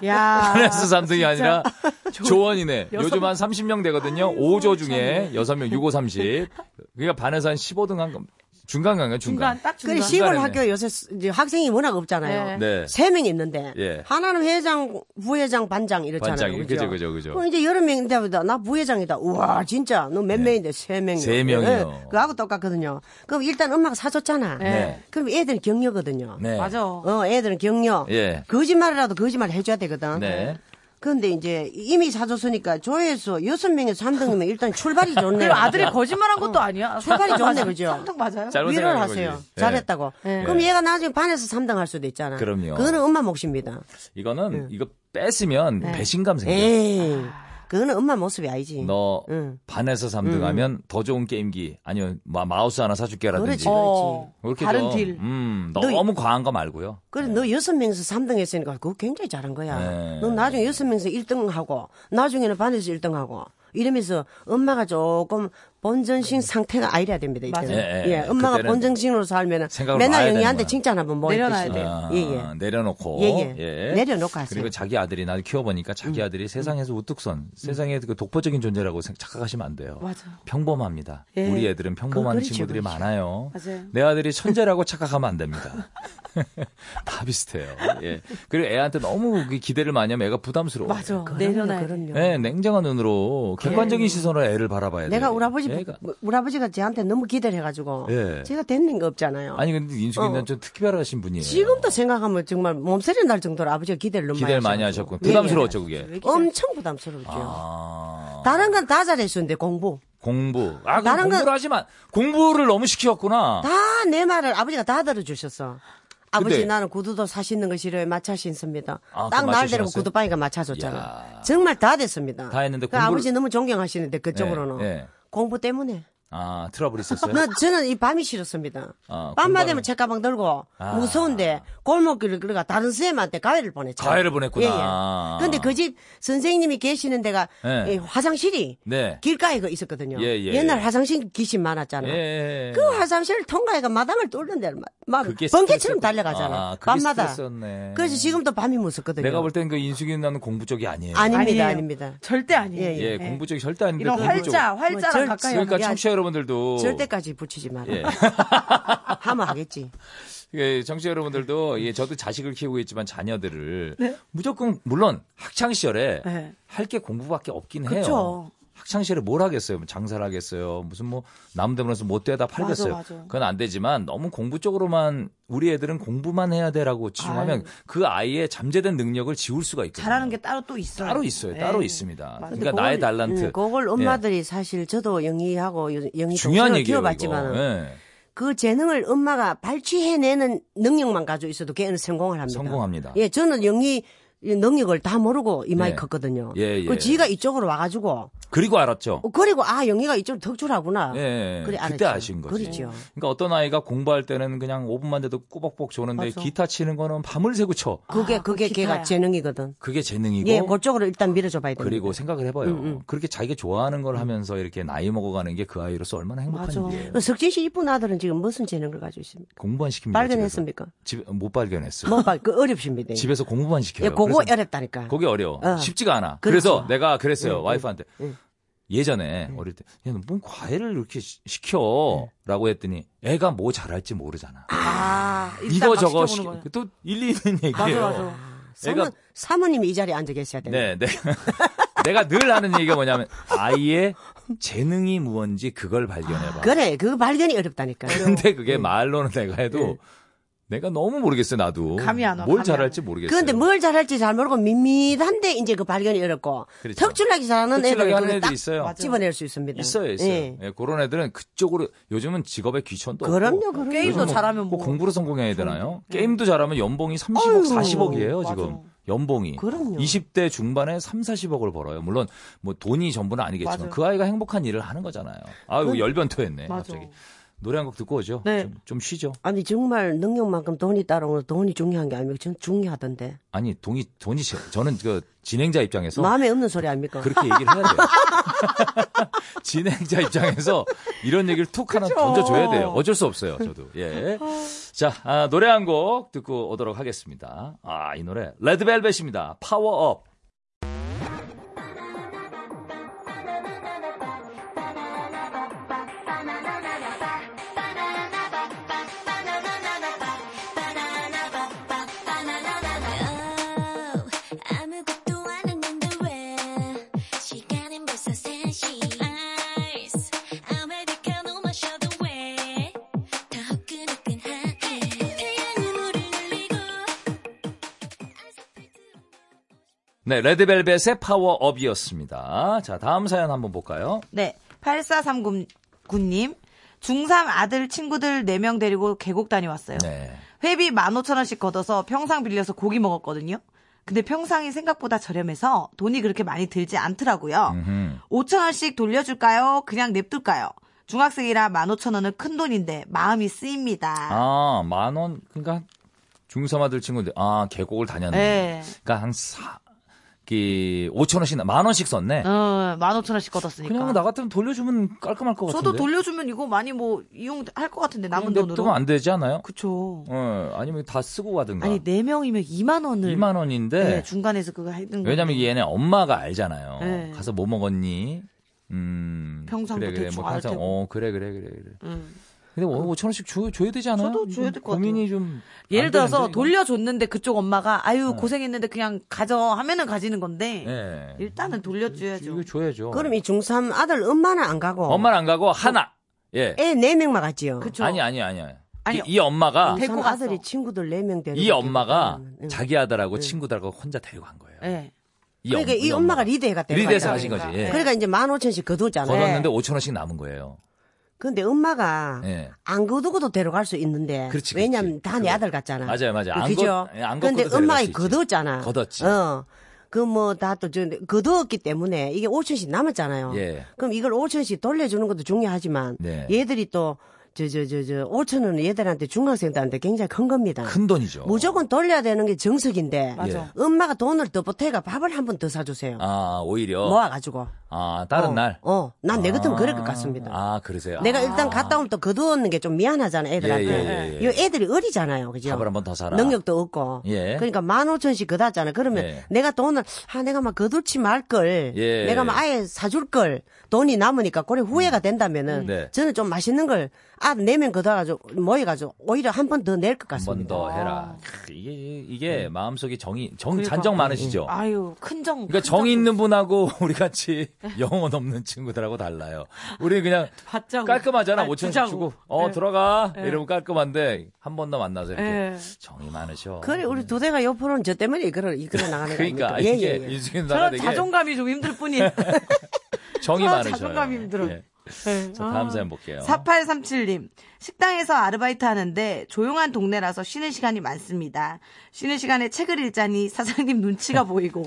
S3: 야.
S2: 그래서 3등이 아니라 조원이네.
S3: 여섯
S2: 요즘 한 30명 되거든요. 5조 중에 6명 6, 5, 30. 그러니까 반에서 한 15등 한 거. 중간 간가요? 중간.
S3: 중간 딱 중간.
S4: 그래, 시골
S2: 중간에네.
S4: 학교 요새 수- 이제 학생이 워낙 없잖아요.
S2: 네.
S4: 세 명이 있는데.
S2: 예.
S4: 하나는 회장, 부회장, 반장 이렇잖아요.
S2: 반장이. 그죠, 그죠, 그죠.
S4: 그럼 이제 여러 명인데, 보다 나 부회장이다. 우와, 진짜. 너 몇 명인데? 세 명이요.
S2: 네.
S4: 예.
S2: 세 명이요.
S4: 그하고 똑같거든요. 그럼 일단 엄마가 사줬잖아.
S2: 네.
S4: 그럼 애들은 격려거든요.
S2: 네.
S3: 맞아.
S4: 어, 애들은 격려.
S2: 예.
S4: 거짓말이라도 거짓말 해줘야 되거든.
S2: 네.
S4: 그런데 이제 이미 사줬으니까 조회수 여섯 명에서 3등이면 일단 출발이 좋네요.
S3: 그리고 아들이 거짓말한 것도 아니야.
S4: 출발이 좋네,
S3: 맞아요.
S4: 그죠?
S3: 삼등 맞아요?
S2: 자, 잘못
S4: 위로를
S2: 생각한
S4: 하세요.
S2: 거지. 예.
S4: 잘했다고.
S3: 예.
S4: 그럼 얘가 나중에 반에서 3등 할 수도 있잖아.
S2: 그럼요.
S4: 그거는 엄마 몫입니다.
S2: 네. 이거는 이거 뺏으면 배신감 생겨요.
S4: 에이. 그거는 엄마 모습이 아니지.
S2: 네. 너
S4: 응.
S2: 반에서 3등 하면 더 좋은 게임기 아니면 마- 마우스 하나 사줄게라든지.
S4: 그렇지.
S3: 어,
S2: 그렇게
S3: 다른
S2: 좀,
S3: 딜.
S2: 음,
S4: 너 이-
S2: 너무 과한 거 말고요.
S4: 그래, 너 여섯 명에서 3등 했으니까 그거 굉장히 잘한 거야.
S2: 네.
S4: 너 나중에 여섯 명에서 1등 하고, 나중에는 반에서 1등 하고, 이러면서 엄마가 조금 본전신 상태가 아니라 됩니다. 이때는.
S2: 맞아요. 예, 예.
S4: 예, 엄마가
S2: 그때는
S4: 본전신으로 살면은
S2: 생각을 놔야
S4: 맨날
S2: 되는
S4: 영희한테
S2: 거야.
S4: 칭찬 한번 뭐
S3: 내려놔야
S4: 했듯이.
S3: 돼요.
S2: 아,
S4: 예, 예.
S2: 내려놓고.
S4: 예, 예. 내려놓고 하세요. 음.
S2: 그리고 자기 아들이 나를 키워보니까 자기 아들이 세상에서 우뚝선, 세상의 그 독보적인 존재라고 생- 착각하시면 안 돼요.
S3: 맞아.
S2: 평범합니다.
S3: 예.
S2: 우리 애들은 평범한
S4: 그렇죠,
S2: 친구들이
S4: 그렇죠.
S2: 많아요.
S3: 맞아요.
S2: 내 아들이 천재라고 착각하면 안 됩니다. 다 비슷해요. 예. 그리고 애한테 너무 그 기대를 많이 하면 애가 부담스러워.
S3: 맞아.
S4: 그럼요,
S3: 내려놔야 돼.
S4: 그럼요.
S2: 예, 냉정한 눈으로 객관적인 시선으로 애를 바라봐야 돼요.
S4: 그렇죠. 예.
S2: 예, 그러니까
S4: 내가 우리 아버지, 뭐
S2: 애가-
S4: 우리 아버지가 저한테 너무 기대를 해가지고,
S2: 예.
S4: 제가 됐는 거 없잖아요.
S2: 아니 근데 인숙이는
S4: 어.
S2: 좀 특별하신 분이에요.
S4: 지금도 생각하면 정말 몸살이 날 정도로 아버지가 기대를 너무
S2: 기대를 많이
S4: 하셔가지고.
S2: 하셨고
S4: 예, 예.
S2: 부담스러웠죠 그게.
S4: 엄청 부담스럽죠.
S2: 아,
S4: 다른 건 다 잘했었는데 공부
S2: 공부. 아, 그럼
S4: 다른 건-
S2: 공부를 하지만 공부를 너무 시키셨구나.
S4: 다 내 말을 아버지가 다 들어주셨어. 아버지
S2: 아. 근데-
S4: 나는 구두도 사시는 거 싫어요. 마차 신습니다.
S2: 아,
S4: 딱
S2: 그거
S4: 날 데리고
S2: 맞추셨어요?
S4: 구두방이가 마차줬잖아.
S2: 이야.
S4: 정말 다 됐습니다.
S2: 다 했는데
S4: 그
S2: 공부를-
S4: 아버지 너무 존경하시는데 그쪽으로는
S2: 예, 예.
S4: 공부 때문에.
S2: 아 트러블 있었어요.
S4: 나 저는 이 밤이 싫었습니다.
S2: 아,
S4: 밤만
S2: 공부하는-
S4: 되면 책가방 들고
S2: 아.
S4: 무서운데 골목길을 걸어가 다른 선생님한테 가위를 보냈죠. 예,
S2: 가해를 보냈구나. 아.
S4: 근데 그 집 선생님이 계시는 데가
S2: 예.
S4: 이 화장실이
S2: 네.
S4: 길가에 그 있었거든요.
S2: 예, 예,
S4: 옛날
S2: 예.
S4: 화장실 귀신 많았잖아요.
S2: 예.
S4: 그 화장실을 통과해가 마당을 뚫는데 막- 막
S2: 그게
S4: 번개처럼
S2: 스트레스였구나.
S4: 달려가잖아.
S2: 아, 그게
S4: 밤마다.
S2: 스트레스였네.
S4: 그래서 지금도 밤이 무섭거든요.
S2: 내가 볼 땐 그 인숙이 누나는 공부 쪽이 아니에요.
S4: 아닙니다,
S3: 아니에요.
S4: 아닙니다.
S3: 절대 아니에요.
S2: 예, 공부 쪽이 절대 아닌데
S3: 이런
S2: 공부 쪽.
S3: 활자, 활자랑
S4: 뭐, 절-
S3: 가까이
S2: 그러니까
S4: 야,
S2: 청취자 여러분들도
S4: 절대까지 붙이지 마라.
S2: 예.
S4: 하면 하겠지.
S2: 예, 청취자 여러분들도 예, 저도 자식을 키우고 있지만 자녀들을 무조건 물론 학창 시절에
S3: 네.
S2: 할 게 공부밖에 없긴 해요.
S3: 그쵸.
S2: 학창 시절에 뭘 하겠어요? 뭐 장사를 하겠어요? 무슨 뭐 남대문에서 못 되다 팔겠어요?
S3: 맞아, 맞아.
S2: 그건 안 되지만 너무 공부 쪽으로만 우리 애들은 공부만 해야 돼라고 치중하면
S3: 아유.
S2: 그 아이의 잠재된 능력을 지울 수가 있거든요.
S3: 잘하는 게 네. 따로 또 있어요.
S2: 따로 있어요. 따로 있습니다. 그러니까
S4: 근데
S2: 나의
S4: 그걸-
S2: 달란트 예.
S4: 음, 그걸 엄마들이 사실 저도 영희하고 요- 영희
S2: 중요한
S4: 동생을
S2: 얘기예요.
S4: 키워봤지만
S2: 이거.
S4: 은
S2: 예.
S4: 그 재능을 엄마가 발휘해내는 능력만 가지고 있어도 걔는 성공을 합니다.
S2: 성공합니다.
S4: 예, 저는 영희 능력을 다 모르고 이마에
S2: 예.
S4: 컸거든요.
S2: 예, 예.
S4: 그 지가 이쪽으로 와가지고
S2: 그리고 알았죠.
S4: 어, 그리고 아 영희가 이쪽 덕출하구나.
S2: 예,
S4: 그래,
S2: 그때
S4: 알았죠.
S2: 아신 거지.
S4: 그렇죠.
S2: 그러니까 어떤 아이가 공부할 때는 그냥 5분만 돼도 꼬박꼬박 조는데 기타 치는 거는 밤을 새고 쳐.
S4: 그게
S3: 아,
S4: 그게
S3: 그 기타야.
S4: 걔가 재능이거든.
S2: 그게 재능이고.
S4: 예, 음, 그쪽으로 일단 밀어줘봐야 돼.
S2: 그리고 생각을 해봐요. 그렇게 자기가 좋아하는
S4: 음.
S2: 걸 하면서 이렇게 나이 먹어가는 게 그 아이로서 얼마나 행복한
S3: 맞아.
S2: 일이에요.
S4: 석진 씨 이쁜 아들은 지금 무슨 재능을 가지고 있습니까?
S2: 공부만 시킵니다.
S4: 발견했습니까?
S2: 뭐 집에서. 집에- 못 발견했어요.
S4: 뭐발 그 어렵십니다.
S2: 집에서 공부만 시켜요.
S4: 예, 그거
S2: 그래서
S4: 어렵다니까. 예,
S2: 거기 어려워.
S4: 어.
S2: 쉽지가 않아. 그
S4: 그렇지.
S2: 래서 내가 그랬어요. 와이프한테. 예전에 어릴 때, 야, 너뭔 과외를 이렇게 시- 시켜?
S4: 예.
S2: 라고 했더니 애가 뭐 잘할지 모르잖아.
S3: 아,
S2: 이거 저거
S3: 시켜
S2: 시켜. 또 일리 있는 얘기예요.
S4: 사모,
S2: 애가-
S4: 사모님이 이 자리에 앉아 계셔야 돼요.
S2: 네, 네. 내가 늘 하는 얘기가 뭐냐면 아이의 재능이 무언지 그걸 발견해봐.
S4: 그래, 그 발견이 어렵다니까.
S2: 근데 그게 말로는 내가 해도 내가 너무 모르겠어요, 나도.
S3: 감이 안 와,
S2: 뭘
S3: 감이
S2: 잘할지 모르겠어요.
S4: 그런데 뭘 잘할지 잘 모르고 밋밋한데 이제 그 발견이 어렵고
S2: 그렇죠.
S4: 턱줄나기 잘하는
S2: 특출나게
S4: 애들은
S2: 하는
S4: 그걸
S2: 애들
S4: 딱
S2: 있어요.
S4: 집어낼 수 있습니다.
S2: 있어요, 있어요.
S4: 예.
S2: 예, 그런 애들은 그쪽으로 요즘은 직업에 귀천도
S4: 그럼요,
S2: 없고
S4: 그럼요.
S3: 게임도
S2: 요즘은
S3: 잘하면
S2: 꼭
S3: 뭐.
S2: 공부로 성공해야 되나요? 게임도 잘하면 연봉이 30억, 40억이에요, 지금. 연봉이.
S4: 그럼요.
S2: 20대 중반에 3, 40억을 벌어요. 물론 뭐 돈이 전부는 아니겠지만
S3: 맞아요.
S2: 그 아이가 행복한 일을 하는 거잖아요. 아유, 열변토했네.
S3: 맞아.
S2: 갑자기. 노래 한 곡 듣고 오죠.
S3: 네.
S2: 좀, 좀 쉬죠.
S4: 아니 정말 능력만큼 돈이 따라오는 돈이 중요한 게 아니고 전 중요하던데
S2: 아니, 돈이 돈이 제- 저는 그 진행자 입장에서
S4: 마음에 없는 소리 아닙니까?
S2: 그렇게 얘기를 해야 돼요. 진행자 입장에서 이런 얘기를 툭 하나 던져줘야 돼요. 어쩔 수 없어요, 저도. 예. 자, 아, 노래 한 곡 듣고 오도록 하겠습니다. 아, 이 노래. 레드벨벳입니다. 파워업.
S6: 아무것도 안 했는데 왜 시간은 벌써 3시 Ice 아메리카노 마셔도 왜더 후끈후끈하네 태양은 우릴 놀리고
S2: 네, 레드벨벳의 파워업이었습니다. 자, 다음 사연 한번 볼까요?
S3: 네. 8439님. 중3 아들 친구들 4명 데리고 계곡 다녀왔어요.
S2: 네.
S3: 회비 15,000원씩 걷어서 평상 빌려서 고기 먹었거든요. 근데 평상이 생각보다 저렴해서 돈이 그렇게 많이 들지 않더라고요. 5,000원씩 돌려줄까요? 그냥 냅둘까요? 중학생이라 15,000원은 큰 돈인데 마음이 쓰입니다.
S2: 아, 만 원. 그러니까 중3 아들 친구들. 아, 계곡을 다녔네.
S3: 네.
S2: 그러니까 한 사, 그, 5천 원씩, 나- 만 원씩 썼네.
S3: 어, 15,000원씩 걷었으니까.
S2: 그냥 나 같으면 돌려주면 깔끔할 것 같은데.
S3: 저도 돌려주면 이거 많이 뭐 이용할 것 같은데 남은
S2: 냅두면
S3: 돈으로.
S2: 안 되지 않아요?
S3: 그쵸.
S2: 어, 아니면 다 쓰고 가든가.
S3: 아니, 4명이면 2만 원을.
S2: 2만 원인데
S3: 네, 중간에서 그거 하는 거.
S2: 왜냐면 얘네 엄마가 알잖아요.
S3: 네.
S2: 가서 뭐 먹었니? 음.
S3: 평상도
S2: 그래 그래
S3: 대충
S2: 뭐
S3: 알
S2: 항상
S3: 테고. 음.
S2: 어 그래 그래 그래 그래. 근데 오늘 5천 원씩 줘, 줘야 되지 않아요?
S3: 저도 줘야 될것 같아요.
S2: 고민이 좀
S3: 예를
S2: 안
S3: 들어서
S2: 되는데, 네.
S3: 돌려줬는데 그쪽 엄마가 아유 고생했는데 그냥 가져 하면은 가지는 건데
S2: 이거. 예.
S3: 일단은 돌려줘야죠.
S2: 이거 줘야죠.
S4: 그럼 이 중3 아들 엄마는 안 가고
S2: 엄마는 안 가고 하나. 예.
S4: 애 4명만 갔지요.
S3: 그쵸?
S2: 아니 아니 아니. 아니.
S3: 아니,
S2: 이, 이 엄마가
S3: 데리고
S4: 중3
S3: 갔어.
S4: 아들이 친구들 4명 데리고
S2: 이
S3: 음.
S2: 엄마가
S4: 가면, 응.
S2: 자기 아들하고 친구들하고 혼자 데리고 간 거예요.
S3: 예.
S2: 이
S4: 그러니까
S2: 엄-
S4: 이 엄마가 리드해 갔다.
S2: 리드해서
S4: 그러니까.
S2: 가신 거지. 예.
S4: 그러니까 이제 15,000원씩 거두잖아요.
S2: 걷었는데 5천 원씩 남은 거예요.
S4: 근데 엄마가
S2: 예.
S4: 안 거두고도 데려갈 수 있는데
S2: 그렇지,
S4: 왜냐면
S2: 그렇지.
S4: 다 내 아들 같잖아.
S2: 맞아요, 맞아요. 안
S4: 그죠?
S2: 걷- 예, 안 걷고도
S4: 근데
S2: 데려갈
S4: 엄마가
S2: 수 있지.
S4: 거두었잖아.
S2: 거뒀지.
S4: 어. 그 뭐 다 또 거두었기 때문에 이게 5천씩 남았잖아요.
S2: 예.
S4: 그럼 이걸 5천씩 돌려주는 것도 중요하지만
S2: 네.
S4: 얘들이 또 저 저 저 저 5천 원은 얘들한테 중학생들한테 굉장히 큰 겁니다.
S2: 큰 돈이죠.
S4: 무조건 돌려야 되는 게 정석인데
S2: 맞아. 예.
S4: 엄마가 돈을 더 보태가 밥을 한 번 더 사주세요.
S2: 아 오히려
S4: 모아가지고.
S2: 아 다른
S4: 뭐 어,
S2: 날.
S4: 어, 난 내 같으면 그럴 것 같습니다.
S2: 아 그러세요.
S4: 내가 일단 갔다 오면 또 거두었는 게 좀 미안하잖아, 애들한테.
S2: 예, 예, 예, 예.
S4: 이 애들이 어리잖아요, 그죠?
S2: 밥을 한번더 사라.
S4: 능력도 없고.
S2: 예.
S4: 그러니까 만 오천씩 거뒀잖아. 그러면
S2: 예.
S4: 내가 돈을, 아, 내가 막 거둘지 말걸.
S2: 예.
S4: 내가 막 아예 사줄걸. 돈이 남으니까, 그래 후회가 된다면은.
S2: 네.
S4: 저는 좀 맛있는 걸, 아, 내면 거둬가지고, 모여가지고, 오히려 한 번 더 낼 것
S2: 한 번
S4: 같습니다.
S2: 더 해라. 크, 이게 이게 마음속에 정이 정 잔정 많으시죠.
S3: 아유 큰정.
S2: 그러니까 정 있는 분하고 우리 같이 영혼 없는 친구들하고 달라요. 우리 그냥
S3: 받자고.
S2: 깔끔하잖아.
S3: 아니,
S2: 5천 원씩
S3: 주자고.
S2: 주고 어
S3: 예.
S2: 들어가 이러면 깔끔한데 한 번 더 만나서 이렇게
S3: 예.
S2: 정이 많으셔.
S4: 그래, 우리 도대가 옆으로는 저 때문에 이걸 이끌어 나가는 거
S2: 그러니까
S4: 아닙니까? 예,
S2: 이게 인수인 나가
S3: 저는
S2: 되게
S3: 자존감이 좀 힘들 뿐이에요.
S2: 정이
S3: 저는
S2: 많으셔요.
S3: 자존감이 힘들어요.
S2: 예.
S3: 네.
S2: 자 다음 사연 볼게요.
S3: 4837님, 식당에서 아르바이트 하는데 조용한 동네라서 쉬는 시간이 많습니다. 쉬는 시간에 책을 읽자니 사장님 눈치가 보이고,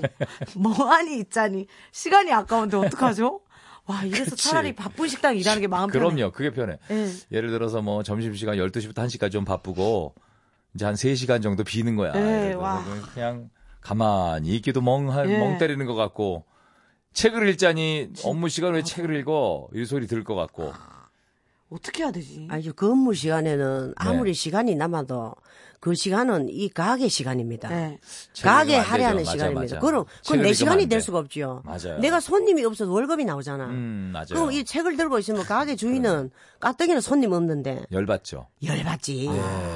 S3: 뭐하니 있자니, 시간이 아까운데 어떡하죠? 와, 이래서
S2: 그치.
S3: 차라리 바쁜 식당 일하는 게 마음 편해.
S2: 그럼요. 그게 편해.
S3: 예.
S2: 예를 들어서 뭐 점심시간 12시부터 1시까지 좀 바쁘고 이제 한 3시간 정도 비는 거야.
S3: 예,
S2: 예를 들어서 뭐
S3: 와.
S2: 그냥 가만히 있기도 멍,
S3: 예.
S2: 멍 때리는 것 같고 책을 읽자니 업무 시간 왜 책을 읽어? 이 소리 들 것 같고
S3: 어떻게 해야 되지?
S4: 아니죠. 그 업무 시간에는
S2: 네.
S4: 아무리 시간이 남아도 그 시간은 이 가게 시간입니다.
S3: 네.
S4: 가게
S2: 체결이 안
S4: 할애하는
S2: 되죠. 맞아,
S4: 시간입니다.
S2: 맞아.
S4: 그럼 그건
S2: 체결이
S4: 내
S2: 좀
S4: 시간이
S2: 안
S4: 될
S2: 돼.
S4: 수가 없지요.
S2: 맞아요.
S4: 내가 손님이 없어서 월급이 나오잖아.
S2: 음, 맞아요.
S4: 그럼 이 책을 들고 있으면 가게 주인은 까뜩이는 손님 없는데
S2: 열받죠.
S4: 열받지.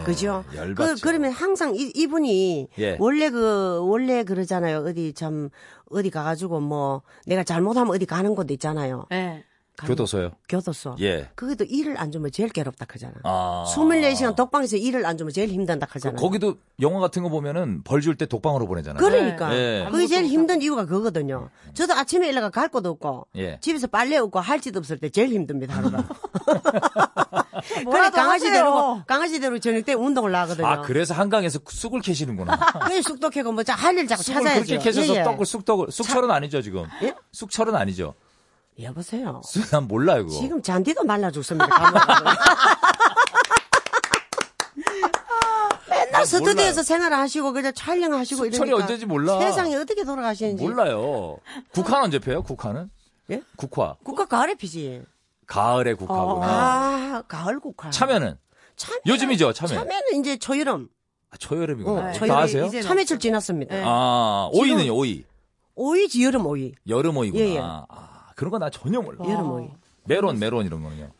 S4: 그죠? 그,
S2: 예, 열받죠.
S4: 그러면 항상 이, 이분이
S2: 예.
S4: 원래 그, 원래 그러잖아요. 어디 참, 어디 가가지고 뭐, 내가 잘못하면 어디 가는 곳도 있잖아요.
S3: 네.
S2: 교도소요.
S4: 교도소.
S2: 예.
S4: 거기도 일을 안 주면 제일 괴롭다 하잖아.
S2: 아.
S4: 24시간 독방에서 일을 안 주면 제일 힘든다 하잖아.
S2: 거기도 영화 같은 거 보면은 벌 줄 때 독방으로 보내잖아요.
S4: 그러니까.
S2: 예.
S4: 그게 제일 힘든 이유가 그거거든요. 저도 아침에 일어나 갈 곳도 없고,
S2: 예.
S4: 집에서 빨래 없고 할 짓 없을 때 제일 힘듭니다, 하루가. 그래,
S3: 뭐라도
S4: 강아지
S3: 하세요.
S4: 대로, 강아지 대로 저녁 때 운동을 나가거든요.
S2: 아, 그래서 한강에서 쑥을 캐시는구나.
S4: 왜 쑥도 캐고 뭐 할일 자꾸
S2: 쑥을
S4: 찾아야죠.
S2: 그렇게 캐셔서
S4: 예, 예.
S2: 떡을 쑥떡을 쑥철은 아니죠, 지금.
S4: 예?
S2: 쑥철은 아니죠.
S4: 여보세요.
S2: 쑥- 난 몰라요, 그거.
S4: 지금 잔디도 말라 죽습니다. 가만히. 맨날 스튜디오에서 생활하시고 그냥 촬영하시고 이러니까
S2: 아, 수철이 언제인지 몰라.
S4: 세상이 어떻게 돌아가시는지
S2: 몰라요. 국화는 언제 펴요? 국화는?
S4: 예?
S2: 국화.
S4: 국가 가을에 피지.
S2: 가을에 국화구나.
S4: 아 가을 국화.
S2: 참외는
S4: 참외.
S2: 요즘이죠, 참외.
S4: 참외는 이제 초여름.
S2: 아, 초여름이구나.
S4: 어,
S2: 다
S4: 저희들이
S2: 아세요?
S3: 이제-
S4: 참외철 지났습니다.
S2: 아, 오이는요, 오이.
S4: 오이지 여름 오이.
S2: 여름 오이구나.
S4: 예, 예.
S2: 아, 그런 거 나 전혀 몰라. 아.
S4: 여름 오이.
S2: 메론, 메론 이런 거는요.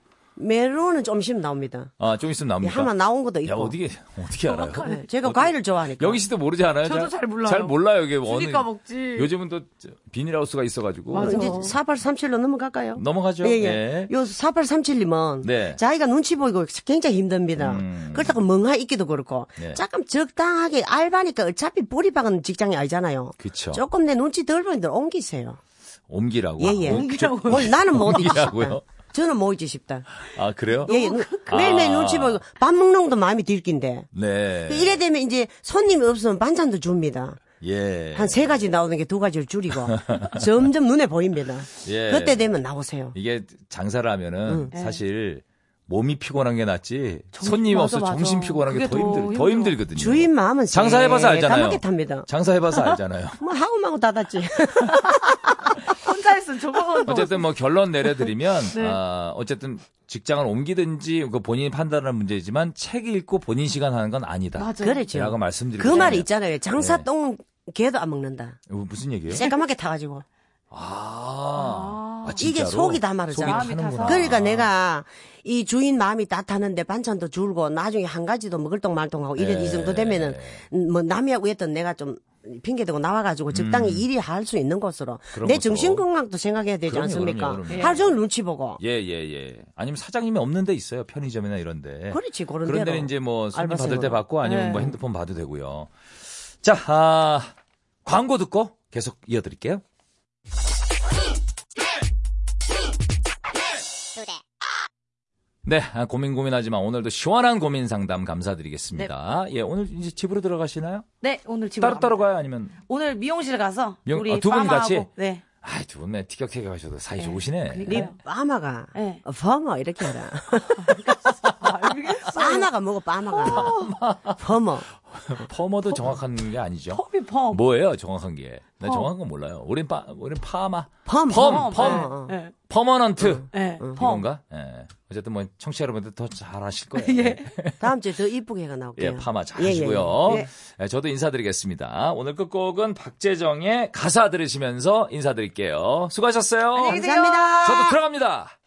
S4: 메론은 좀 있으면 나옵니다.
S2: 아, 좀 있으면
S4: 예,
S2: 나옵니까?
S4: 하나 나온 것도 있고.
S2: 야, 어떻게, 어떻게 알아요?
S4: 예, 제가 과일을 좋아하니까.
S2: 영희 씨도 모르지 않아요?
S3: 저도 잘 몰라요.
S2: 잘 몰라요, 이게
S3: 주니까
S2: 어느-
S3: 먹지.
S2: 요즘은 또 저- 비닐하우스가 있어가지고.
S3: 맞아.
S4: 이제 4837로 넘어갈까요?
S2: 넘어가죠.
S4: 예, 예.
S2: 네.
S4: 요 4837님은
S2: 네. 음.
S4: 자기가 눈치 보이고 굉장히 힘듭니다. 그렇다고 멍하 있기도 그렇고
S2: 네.
S4: 조금 적당하게 알바니까 어차피 뿌리 박은 직장이 아니잖아요.
S2: 그쵸.
S4: 조금 내 눈치 덜 보이는데 옮기세요.
S2: 옮기라고.
S4: 예, 예.
S2: 아,
S3: 옮기라고요?
S4: 뭘 나는 못 잊지 싶다.
S2: 옮기라고요?
S4: 저는 못 잊지 싶다.
S2: 아, 그래요?
S4: 예, 예. 매일매일
S2: 아.
S4: 눈치 보이고 밥 먹는 것도 마음이 들긴데 그
S2: 네.
S4: 이래 되면 이제 손님이 없으면 반찬도 줍니다.
S2: 예.
S4: 한 세 가지 나오는 게 두 가지를 줄이고 점점 눈에 보입니다.
S2: 예.
S4: 그때 되면 나오세요.
S2: 이게 장사를 하면은
S4: 네.
S2: 사실 몸이 피곤한 게 낫지 손님
S3: 맞아,
S2: 없어
S3: 맞아.
S2: 정신 피곤한 게
S3: 그게
S2: 더
S3: 더
S2: 힘들 더
S3: 힘들어.
S2: 힘들거든요.
S4: 주인 마음은
S2: 장사해봐서 알잖아요.
S4: 까맣게 탑니다.
S2: 장사해봐서 알잖아요.
S4: 뭐 하고 마고 닫았지.
S3: 혼자 했으면 저거
S2: 어쨌든 뭐 결론 내려드리면
S4: 네.
S2: 아, 어쨌든 직장을 옮기든지 그 본인이 판단하는 문제지만 책 읽고 본인 시간 하는 건 아니다.
S3: 맞아.
S2: 라고
S4: 그렇죠.
S2: 말씀드리고
S4: 그
S2: 싶네요.
S4: 말이
S2: 예.
S4: 있잖아요. 장사 똥 개도 안 먹는다.
S2: 이거 무슨 얘기예요?
S4: 새까맣게 타가지고.
S2: 아, 아,
S4: 이게
S2: 진짜로?
S4: 속이 다 마르잖아.
S2: 속이 타는구나.
S4: 그러니까 내가 이 주인 마음이 다 타는데 반찬도 줄고 나중에 한 가지도 먹을 똥 말똥하고 이래 이 정도 되면은
S2: 예.
S4: 뭐 남이하고 했던 내가 좀 핑계 대고 나와가지고 적당히 일이 할 수 있는 것으로
S2: 음. 그런
S4: 내
S2: 것도.
S4: 정신 건강도 생각해야 되지
S2: 그럼요,
S4: 않습니까?
S2: 그럼요, 그럼요.
S4: 하루 종일 눈치 보고.
S2: 예, 예, 예. 아니면 사장님이 없는 데 있어요. 편의점이나 이런 데.
S4: 그렇지, 그런
S2: 예. 그런
S4: 데로.
S2: 데는 이제 뭐 손님 받을
S4: 알바생으로.
S2: 때 받고 아니면 뭐 핸드폰 봐도 되고요. 자, 아, 광고 듣고 계속 이어드릴게요. 네, 아, 고민 고민하지만 오늘도 시원한 고민 상담 감사드리겠습니다. 예, 오늘 이제 집으로 들어가시나요?
S3: 네 오늘 집으로
S2: 따로따로
S3: 갑니다.
S2: 가요? 아니면?
S3: 오늘 미용실 가서
S2: 미용-
S3: 우리
S2: 아, 두분
S3: 파마하고-
S2: 같이?
S3: 네 그러니까.
S2: 아이, 두 분네 티격태격 하셔도 사이 좋으시네.
S4: 네
S3: 그래요.
S4: 빠마가
S3: 네.
S4: 퍼머 이렇게 해라.
S3: 아,
S2: 아, 네.
S3: 알겠어
S4: 빠마가 뭐고 빠마가. 퍼머.
S2: 퍼머도 정확한 게 아니죠.
S3: 펌이 펌
S2: 뭐예요, 정확한 게? 난 정확한 건 몰라요. 우린 파, 우린 파마.
S4: 펌.
S2: 펌,
S4: 어, 어.
S2: 펌.
S3: 네.
S2: 퍼머넌트.
S3: 네, 펌.
S2: 이건가? 예. 어쨌든 뭐, 청취자 여러분들 더 잘하실 거예요. 예.
S4: 다음 주에 더 이쁘게 해가 나올게요.
S2: 파마
S4: 예, 예,
S2: 잘하시고요.
S4: 예.
S2: 예, 저도 인사드리겠습니다. 오늘 끝곡은 박재정의 가사 들으시면서 인사드릴게요. 수고하셨어요.
S3: 안녕히 계세요.
S4: 감사합니다.
S2: 저도 들어갑니다.